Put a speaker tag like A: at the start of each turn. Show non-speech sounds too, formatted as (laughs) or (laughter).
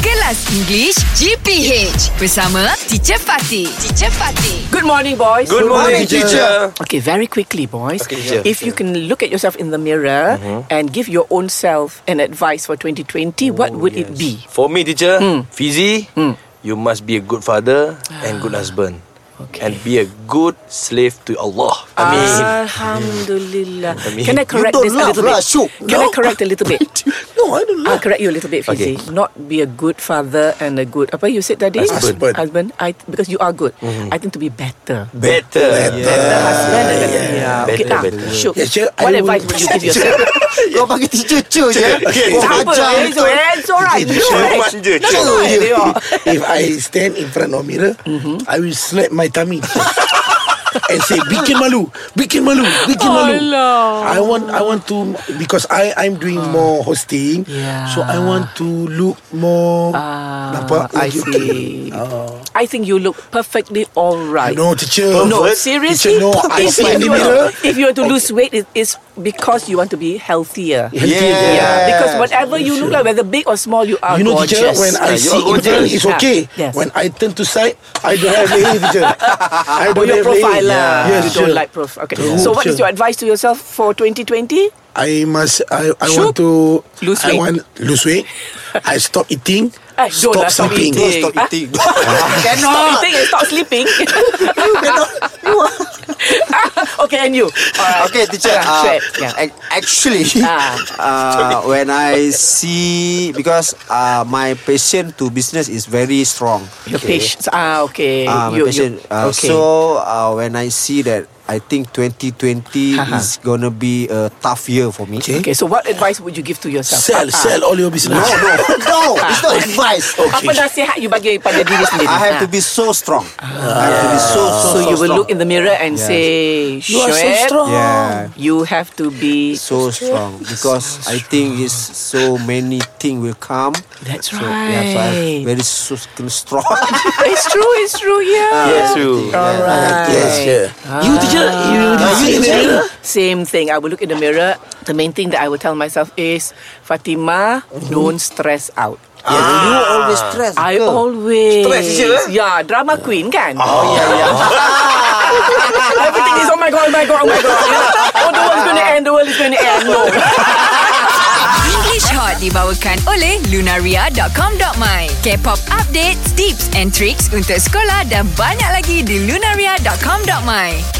A: Kelas English GPH bersama Teacher Fatih. Teacher Fatih.
B: Good morning, boys.
C: Good morning, teacher.
B: Okay, very quickly, boys.
C: Okay, teacher.
B: If you can look at yourself in the mirror and give your own self an advice for 2020, what would it be?
C: For me, teacher,
D: Hmm.
C: Fizi, you must be a good father and
D: Ah,
C: good husband.
B: Okay.
C: And be a good slave to Allah.
D: Ah,
C: Amin.
B: Alhamdulillah.
C: Amin.
B: Can I correct
E: don't
B: this a
E: laugh
B: little
E: lah,
B: bit?
E: Syuk.
B: Can I
E: No.
B: correct a little bit?
E: (laughs) No, I don't
B: I'll
E: like.
B: correct you a little bit, Fizi. Not be a good father and a good. Apa you said tadi?
C: Husband.
B: Husband. I because you are good. I think to be better.
C: Better.
B: Better
C: Yeah.
B: husband and better. Yeah. Okay,
C: Better,
B: ah,
C: better.
B: Syuk,
E: Yeah, Syuk, I
B: what
E: will-
B: advice
E: (laughs)
B: would you give yourself?
E: Kau panggil teacher Chu je Kau
B: Apa?
E: ajar
B: eh,
E: betul.
B: It's alright. You know,
C: Syuk,
B: right?
C: mak je,
B: No, no,
C: Syuk.
B: no, they are.
E: If I stand in front of mirror
B: Mm-hmm.
E: I will slap my tummy (laughs) And say Bikin malu Bikin malu Bikin malu
B: Alah.
E: I want I want to Because I I'm doing more hosting
B: Ah. Yeah.
E: So I want to look more
B: Ah,
E: Nampak Oh.
B: I
E: (laughs)
B: see. I think you look perfectly all right.
E: No teacher
B: Oh, No,
C: Perfect.
B: seriously. (laughs)
E: Teacher, no, I
B: if,
E: see
B: if
E: in the
B: you,
E: mirror.
B: if you want to lose weight, it is because you want to be healthier.
E: Healthy,
C: Yeah.
B: Yeah, because whatever you look like, whether big or small, you are
E: You know,
B: gorgeous.
E: teacher, when I
C: Yeah, you
E: see
C: are gorgeous.
E: internal, it's
B: Yeah.
E: okay.
B: Yes.
E: When I turn to side, I don't have layer, teacher. I
B: Oh,
E: don't
B: your
E: have layer.
B: profile lah.
E: Yes,
B: you
E: sure.
B: don't like profile. Okay.
E: True.
B: So, what is
E: Sure.
B: your advice to yourself for 2020?
E: I must. I, I
B: Shoot.
E: want to
B: Lose
E: I
B: weight.
E: want lose weight. I stop eating.
B: Eh, don't
E: stop
B: lah, stop
E: sleeping.
B: eating.
C: Stop eating. (laughs)
E: Ah.
B: Stop eating and (laughs) stop sleeping. (laughs) okay, and you? Alright.
D: Okay, teacher.
C: Ah,
B: Yeah,
D: Uh,
B: shred, yeah.
D: ac-
C: (laughs)
D: Actually,
B: Ah.
D: uh, when I see because uh, my passion to business is very strong.
B: Your patience. Ah, okay.
D: Uh, my
B: You- you-
D: passion.
E: ah,
D: uh,
B: okay.
D: So uh, when I see that, I think 2020
B: Haha.
D: is gonna be a tough year for me.
B: Okay, so what advice would you give to yourself?
E: Sell,
B: Ah, ah.
E: sell all your business.
D: No, no, no. It's not advice.
B: (laughs) Apa nasihat you bagi pada diri sendiri?
D: I
B: Ah.
D: have to be so strong. I have to be so so.
B: So you will
D: strong.
B: look in the mirror and
D: Yes.
B: say,
E: You are so
B: "Syed,
E: strong.
D: Yeah.
B: You have to be.
D: so strong because I think it's so many thing will come.
B: That's
D: So, yeah, so
B: right.
D: I'm very so strong. (laughs)
B: it's true. It's true. Yeah.
C: Yes, you.
B: Alright.
E: (laughs) Yes, yeah. Ah. You teacher, you you in the mirror.
B: Same thing. I will look in the mirror. The main thing that I will tell myself is, Fatima, don't stress out.
D: yeah, you always stress.
B: I
D: ke?
B: always
C: Stress je?
B: Yeah drama queen kan Oh yeah yeah Everything is oh my god oh my god oh my god you know, Oh the world is going to end the world is going to end No
A: English Hot dibawakan oleh lunaria.com.my. K-pop updates, tips and tricks untuk sekolah dan banyak lagi di lunaria.com.my.